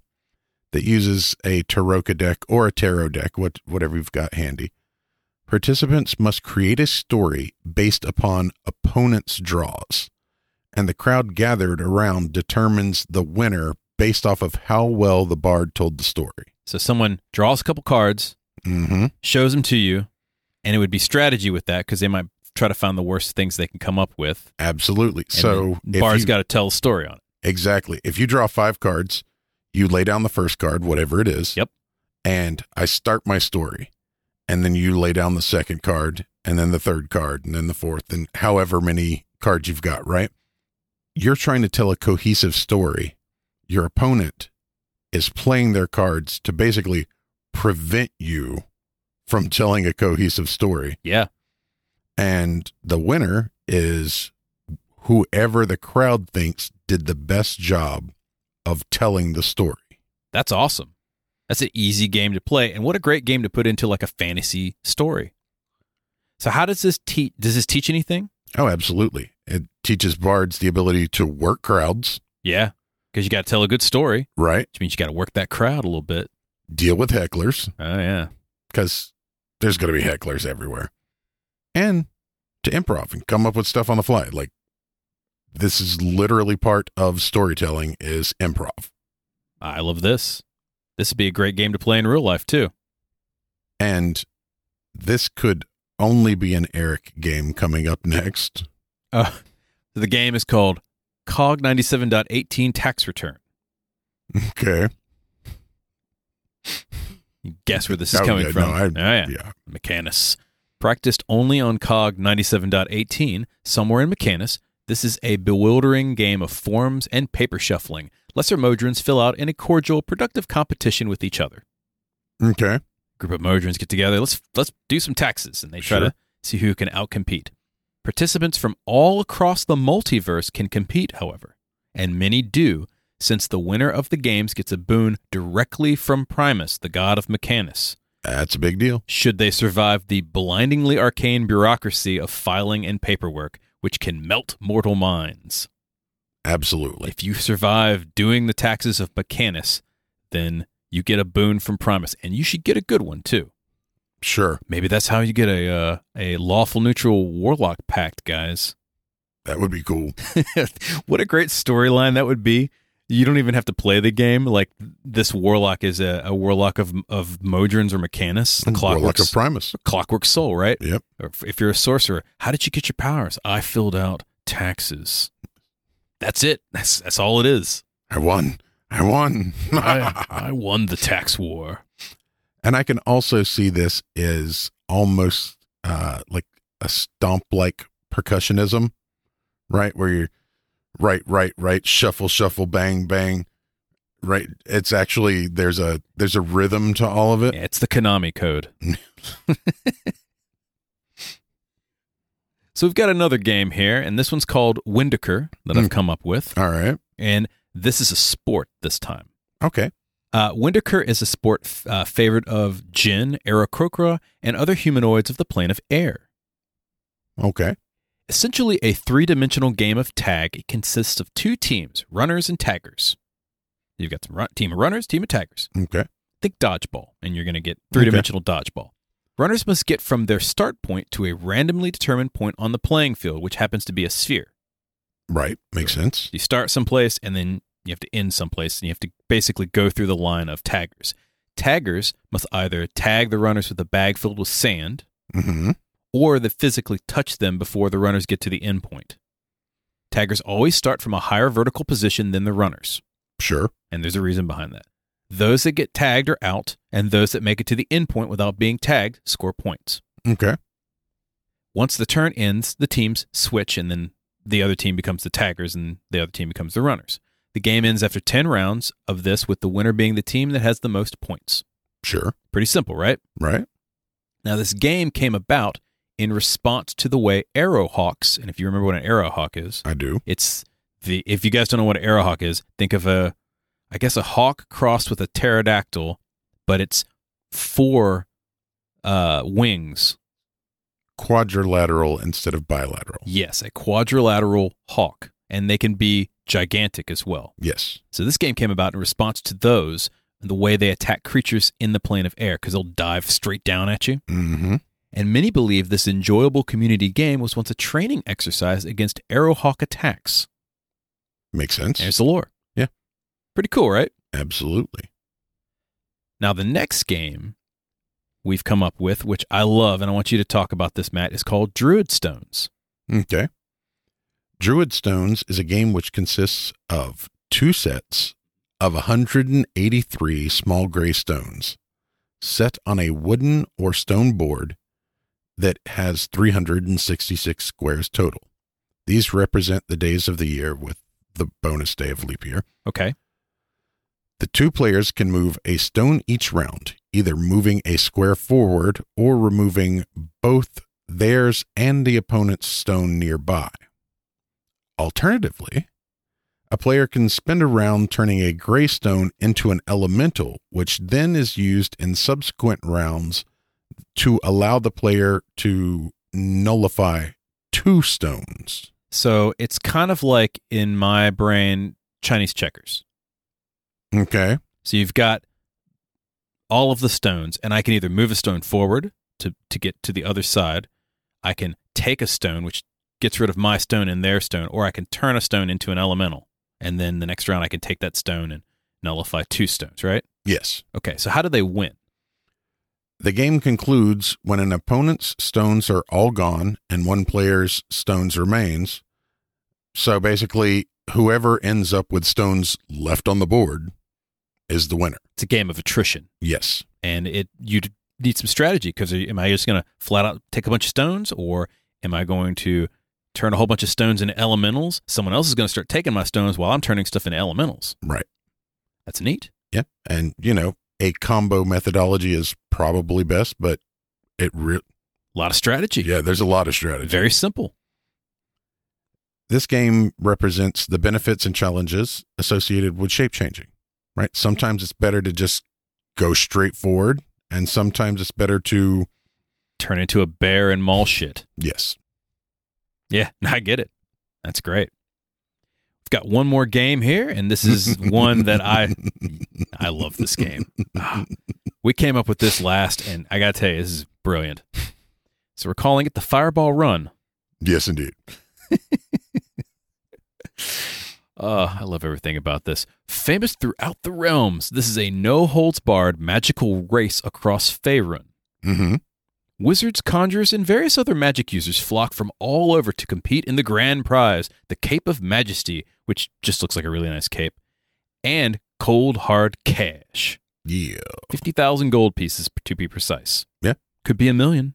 [SPEAKER 2] that uses a Taroka deck or a tarot deck, what, whatever you've got handy. Participants must create a story based upon opponents' draws, and the crowd gathered around determines the winner based off of how well the bard told the story.
[SPEAKER 1] So, someone draws a couple cards,
[SPEAKER 2] Mm-hmm.
[SPEAKER 1] shows them to you, and it would be strategy with that because they might try to find the worst things they can come up with.
[SPEAKER 2] Absolutely.
[SPEAKER 1] and
[SPEAKER 2] so
[SPEAKER 1] then
[SPEAKER 2] if
[SPEAKER 1] Bard's
[SPEAKER 2] you-
[SPEAKER 1] got to tell a story on it.
[SPEAKER 2] Exactly. If you draw five cards, you lay down the first card, whatever it is.
[SPEAKER 1] Yep.
[SPEAKER 2] And I start my story. And then you lay down the second card, and then the third card, and then the fourth, and however many cards you've got, right? You're trying to tell a cohesive story. Your opponent is playing their cards to basically prevent you from telling a cohesive story
[SPEAKER 1] Yeah.
[SPEAKER 2] and the winner is whoever the crowd thinks did the best job of telling the story.
[SPEAKER 1] That's awesome. That's an easy game to play, and what a great game to put into like a fantasy story. So, how does this teach? Does this teach anything?
[SPEAKER 2] Oh, absolutely. It teaches bards the ability to work crowds,
[SPEAKER 1] Yeah, because you got to tell a good story.
[SPEAKER 2] right?
[SPEAKER 1] which means you got to work that crowd a little bit.
[SPEAKER 2] Deal with hecklers
[SPEAKER 1] Oh yeah,
[SPEAKER 2] because there's going to be hecklers everywhere. And to improv and come up with stuff on the fly. Like this is literally part of storytelling is improv.
[SPEAKER 1] I love this. This would be a great game to play in real life too.
[SPEAKER 2] And this could only be an Eric game coming up next.
[SPEAKER 1] Uh, the game is called Cog 97.18 Tax Return.
[SPEAKER 2] Okay.
[SPEAKER 1] You guess where this is
[SPEAKER 2] Oh,
[SPEAKER 1] coming
[SPEAKER 2] yeah,
[SPEAKER 1] from?
[SPEAKER 2] no, I-
[SPEAKER 1] oh yeah.
[SPEAKER 2] Yeah.
[SPEAKER 1] Mechanus. Practiced only on Cog 97.18, somewhere in Mechanus, this is a bewildering game of forms and paper shuffling. Lesser Modrons fill out in a cordial, productive competition with each other.
[SPEAKER 2] Okay.
[SPEAKER 1] group of Modrons get together. Let's let's do some taxes, and they try
[SPEAKER 2] Sure.
[SPEAKER 1] to see who can outcompete. Participants from all across the multiverse can compete, however, and many do, since the winner of the games gets a boon directly from Primus, the god of Mechanus,
[SPEAKER 2] That's a big deal.
[SPEAKER 1] should they survive the blindingly arcane bureaucracy of filing and paperwork, which can melt mortal minds.
[SPEAKER 2] Absolutely.
[SPEAKER 1] If you survive doing the taxes of Mechanus, then you get a boon from Primus, and you should get a good one too.
[SPEAKER 2] Sure.
[SPEAKER 1] Maybe that's how you get a uh, a lawful neutral warlock pact, guys.
[SPEAKER 2] That would be cool.
[SPEAKER 1] what a great storyline that would be you don't even have to play the game. Like this warlock is a, a warlock of of Modrons or Mechanus, the
[SPEAKER 2] Warlock
[SPEAKER 1] clockwork
[SPEAKER 2] of Primus.
[SPEAKER 1] clockwork soul, right?
[SPEAKER 2] Yep.
[SPEAKER 1] Or if- if you're a sorcerer, how did you get your powers? I filled out taxes. That's it. That's that's all it is.
[SPEAKER 2] I won. I won.
[SPEAKER 1] I, I won the tax war.
[SPEAKER 2] and I can also see this is almost uh, like a stomp like percussionism, right? Where you're right, right, right, shuffle, shuffle, bang, bang. Right. It's actually there's a there's a rhythm to all of it.
[SPEAKER 1] Yeah, it's the Konami code. so we've got another game here, and this one's called Windiker that
[SPEAKER 2] Hmm.
[SPEAKER 1] I've come up with,
[SPEAKER 2] All right.
[SPEAKER 1] and this is a sport this time.
[SPEAKER 2] Okay.
[SPEAKER 1] Uh, Windiker is a sport f- uh, favorite of Jin, Aracrocra, and other humanoids of the plane of air.
[SPEAKER 2] Okay.
[SPEAKER 1] Essentially a three dimensional game of tag, it consists of two teams, runners and taggers. You've got some run- team of runners, team of taggers.
[SPEAKER 2] Okay.
[SPEAKER 1] Think dodgeball, and you're going to get three dimensional dodgeball. Runners must get from their start point to a randomly determined point on the playing field, which happens to be a sphere.
[SPEAKER 2] Right. Makes sense.
[SPEAKER 1] You start someplace and then you have to end someplace and you have to basically go through the line of taggers. Taggers must either tag the runners with a bag filled with sand
[SPEAKER 2] hmm
[SPEAKER 1] or they physically touch them before the runners get to the end point. Taggers always start from a higher vertical position than the runners,
[SPEAKER 2] Sure.
[SPEAKER 1] and there's a reason behind that. Those that get tagged are out, and those that make it to the end point without being tagged score points.
[SPEAKER 2] Okay.
[SPEAKER 1] Once the turn ends, the teams switch, and then the other team becomes the taggers, and the other team becomes the runners. The game ends after 10 rounds of this, with the winner being the team that has the most points.
[SPEAKER 2] Sure.
[SPEAKER 1] Pretty simple, right?
[SPEAKER 2] Right.
[SPEAKER 1] Now, this game came about in response to the way Arrowhawks, and if you remember what an Arrowhawk is,
[SPEAKER 2] I do.
[SPEAKER 1] it's the, if you guys don't know what an Arrowhawk is, think of a, I guess, a hawk crossed with a pterodactyl, but it's four uh, wings
[SPEAKER 2] Quadrilateral instead of bilateral.
[SPEAKER 1] Yes, a quadrilateral hawk, and they can be gigantic as well.
[SPEAKER 2] Yes.
[SPEAKER 1] So this game came about in response to those and the way they attack creatures in the plane of air because they'll dive straight down at you.
[SPEAKER 2] Mm-hmm.
[SPEAKER 1] And many believe this enjoyable community game was once a training exercise against arrow hawk attacks.
[SPEAKER 2] Makes sense.
[SPEAKER 1] There's the lore.
[SPEAKER 2] Yeah.
[SPEAKER 1] Pretty cool, right?
[SPEAKER 2] Absolutely.
[SPEAKER 1] Now the next game we've come up with, which I love, and I want you to talk about this, Matt, is called Druid Stones.
[SPEAKER 2] Okay. Druid Stones is a game which consists of two sets of 183 small gray stones set on a wooden or stone board that has 366 squares total. These represent the days of the year with the bonus day of leap year.
[SPEAKER 1] Okay.
[SPEAKER 2] The two players can move a stone each round, either moving a square forward or removing both theirs and the opponent's stone nearby. Alternatively, a player can spend a round turning a gray stone into an elemental, which then is used in subsequent rounds to allow the player to nullify two stones.
[SPEAKER 1] So it's kind of like in my brain Chinese checkers.
[SPEAKER 2] Okay.
[SPEAKER 1] So you've got all of the stones, and I can either move a stone forward to, to get to the other side. I can take a stone, which gets rid of my stone and their stone, or I can turn a stone into an elemental. And then the next round, I can take that stone and nullify two stones, right?
[SPEAKER 2] Yes.
[SPEAKER 1] Okay, so how do they win?
[SPEAKER 2] The game concludes when an opponent's stones are all gone and one player's stones remains. So basically, whoever ends up with stones left on the board is the winner.
[SPEAKER 1] It's a game of attrition,
[SPEAKER 2] Yes.
[SPEAKER 1] and it you need some strategy because am I just going to flat out take a bunch of stones, or am I going to turn a whole bunch of stones into elementals? Someone else is going to start taking my stones while I'm turning stuff into elementals.
[SPEAKER 2] Right.
[SPEAKER 1] That's neat.
[SPEAKER 2] Yeah. And, you know, a combo methodology is probably best, but it re-
[SPEAKER 1] A lot of strategy.
[SPEAKER 2] yeah, there's a lot of strategy.
[SPEAKER 1] Very simple.
[SPEAKER 2] this game represents the benefits and challenges associated with shape changing, right? Sometimes it's better to just go straight forward, and sometimes it's better to,
[SPEAKER 1] Turn into a bear and maul shit.
[SPEAKER 2] yes,
[SPEAKER 1] Yeah, I get it. That's great. We've got one more game here, and this is one that I I love this game. Ah, we came up with this last, and I gotta tell you, this is brilliant. So we're calling it the Fireball Run.
[SPEAKER 2] Yes, indeed.
[SPEAKER 1] Uh, I love everything about this. Famous throughout the realms, this is a no holds barred magical race across Faerun.
[SPEAKER 2] Mm-hmm.
[SPEAKER 1] Wizards, conjurers, and various other magic users flock from all over to compete in the grand prize, the Cape of Majesty, which just looks like a really nice cape, and cold hard cash.
[SPEAKER 2] Yeah.
[SPEAKER 1] 50,000 gold pieces, to be precise.
[SPEAKER 2] Oh. Yeah.
[SPEAKER 1] Could be a million,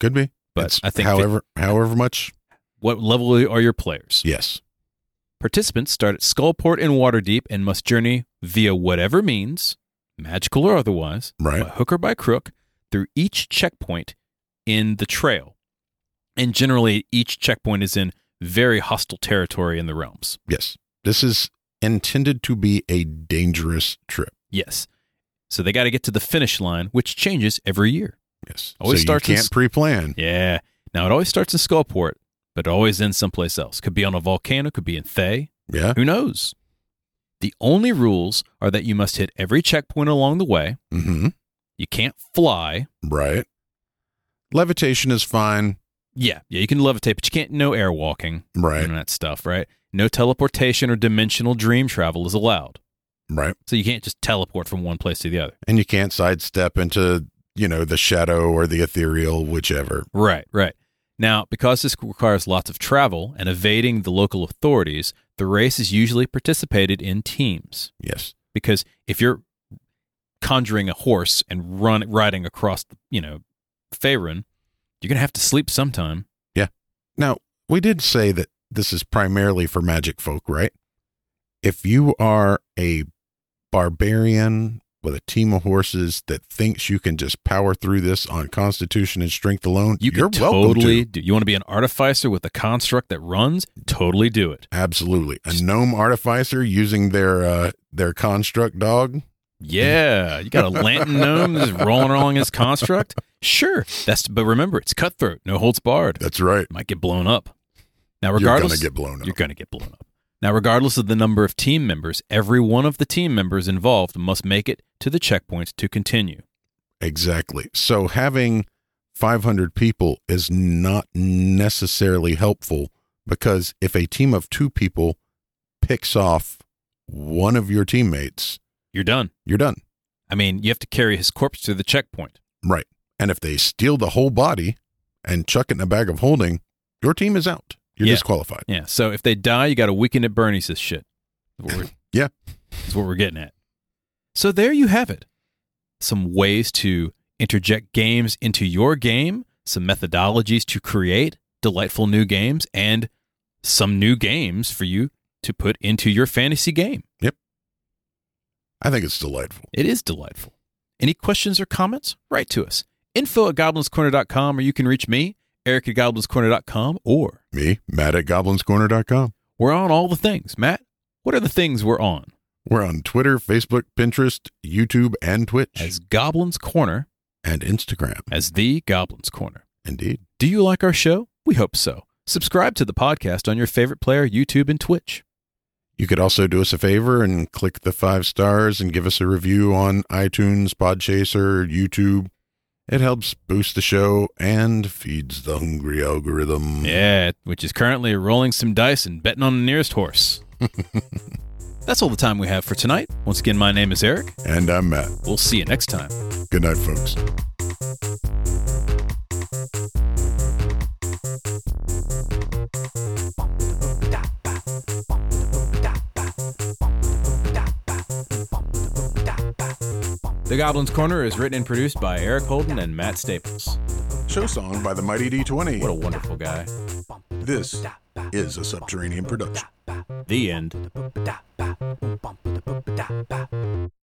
[SPEAKER 2] Could be.
[SPEAKER 1] but
[SPEAKER 2] It's
[SPEAKER 1] I think.
[SPEAKER 2] however however much.
[SPEAKER 1] what level are your players?
[SPEAKER 2] Yes.
[SPEAKER 1] Participants start at Skullport in Waterdeep and must journey via whatever means, magical or otherwise,
[SPEAKER 2] Right.
[SPEAKER 1] by hook or by crook, through each checkpoint in the trail. And generally, each checkpoint is in very hostile territory in the realms.
[SPEAKER 2] Yes. This is intended to be a dangerous trip.
[SPEAKER 1] Yes. So they got to get to the finish line, which changes every year.
[SPEAKER 2] Yes.
[SPEAKER 1] Always
[SPEAKER 2] so
[SPEAKER 1] starts in
[SPEAKER 2] you
[SPEAKER 1] s-
[SPEAKER 2] can't pre-plan.
[SPEAKER 1] Yeah. Now, it always starts in Skullport, but it always ends someplace else. Could be on a volcano, could be in Thay,
[SPEAKER 2] Yeah.
[SPEAKER 1] Who knows? The only rules are that you must hit every checkpoint along the way.
[SPEAKER 2] Mm-hmm.
[SPEAKER 1] You can't fly.
[SPEAKER 2] Right. Levitation is fine.
[SPEAKER 1] Yeah, yeah, you can levitate, but you can't no air walking
[SPEAKER 2] Right.
[SPEAKER 1] and that stuff, right? No teleportation or dimensional dream travel is allowed.
[SPEAKER 2] Right.
[SPEAKER 1] So you can't just teleport from one place to the other.
[SPEAKER 2] And you can't sidestep into, you know, the shadow or the ethereal, whichever.
[SPEAKER 1] Right, right. Now, because this requires lots of travel and evading the local authorities, the race is usually participated in teams.
[SPEAKER 2] Yes.
[SPEAKER 1] because if you're conjuring a horse and run riding across, you know, Faerun, you're gonna have to sleep sometime.
[SPEAKER 2] Now, we did say that this is primarily for magic folk, right? If you are a barbarian with a team of horses that thinks you can just power through this on constitution and strength alone,
[SPEAKER 1] You
[SPEAKER 2] are
[SPEAKER 1] can
[SPEAKER 2] welcome
[SPEAKER 1] totally
[SPEAKER 2] to.
[SPEAKER 1] do. You want to be an artificer with a construct that runs? Totally do it.
[SPEAKER 2] Absolutely. A gnome artificer using their uh their construct dog.
[SPEAKER 1] Yeah, you got a lantern gnome that's rolling along his construct. Sure, that's. But remember, it's cutthroat, no holds barred.
[SPEAKER 2] That's right.
[SPEAKER 1] Might get blown up. Now,
[SPEAKER 2] You're gonna
[SPEAKER 1] regardless,
[SPEAKER 2] get blown up.
[SPEAKER 1] You're going to get blown up. Now, regardless of the number of team members, every one of the team members involved must make it to the checkpoints to continue.
[SPEAKER 2] Exactly. So having 500 people is not necessarily helpful because if a team of two people picks off one of your teammates,
[SPEAKER 1] You're done.
[SPEAKER 2] you're done.
[SPEAKER 1] I mean, you have to carry his corpse to the checkpoint.
[SPEAKER 2] Right. And if they steal the whole body and chuck it in a bag of holding, your team is out. You're
[SPEAKER 1] Yeah.
[SPEAKER 2] disqualified.
[SPEAKER 1] Yeah. So if they die, you got to weaken at Bernie's this shit. Is what we're-
[SPEAKER 2] Yeah.
[SPEAKER 1] Is what we're getting at. So there you have it. Some ways to interject games into your game, some methodologies to create delightful new games, and some new games for you to put into your fantasy game.
[SPEAKER 2] I think it's delightful.
[SPEAKER 1] It is delightful. Any questions or comments? Write to us. Info at goblinscorner.com or you can reach me, Eric at goblinscorner.com, or
[SPEAKER 2] Me, Matt at goblinscorner.com.
[SPEAKER 1] we're on all the things. Matt, what are the things we're on?
[SPEAKER 2] We're on Twitter, Facebook, Pinterest, YouTube, and Twitch,
[SPEAKER 1] As Goblins Corner,
[SPEAKER 2] and Instagram.
[SPEAKER 1] as the Goblins Corner.
[SPEAKER 2] Indeed.
[SPEAKER 1] Do you like our show? We hope so. Subscribe to the podcast on your favorite player, YouTube, and Twitch.
[SPEAKER 2] You could also do us a favor and click the five stars and give us a review on iTunes, Podchaser, YouTube. It helps boost the show and feeds the hungry algorithm.
[SPEAKER 1] Yeah, which is currently rolling some dice and betting on the nearest horse. That's all the time we have for tonight. Once again, my name is Eric.
[SPEAKER 2] And I'm Matt.
[SPEAKER 1] We'll see you next time.
[SPEAKER 2] Good night, folks.
[SPEAKER 4] The Goblin's Corner is written and produced by Eric Holden and Matt Staples.
[SPEAKER 2] Show song by the Mighty
[SPEAKER 4] What a
[SPEAKER 2] D20.
[SPEAKER 4] wonderful guy.
[SPEAKER 2] This is a subterranean production.
[SPEAKER 4] The end.
[SPEAKER 5] da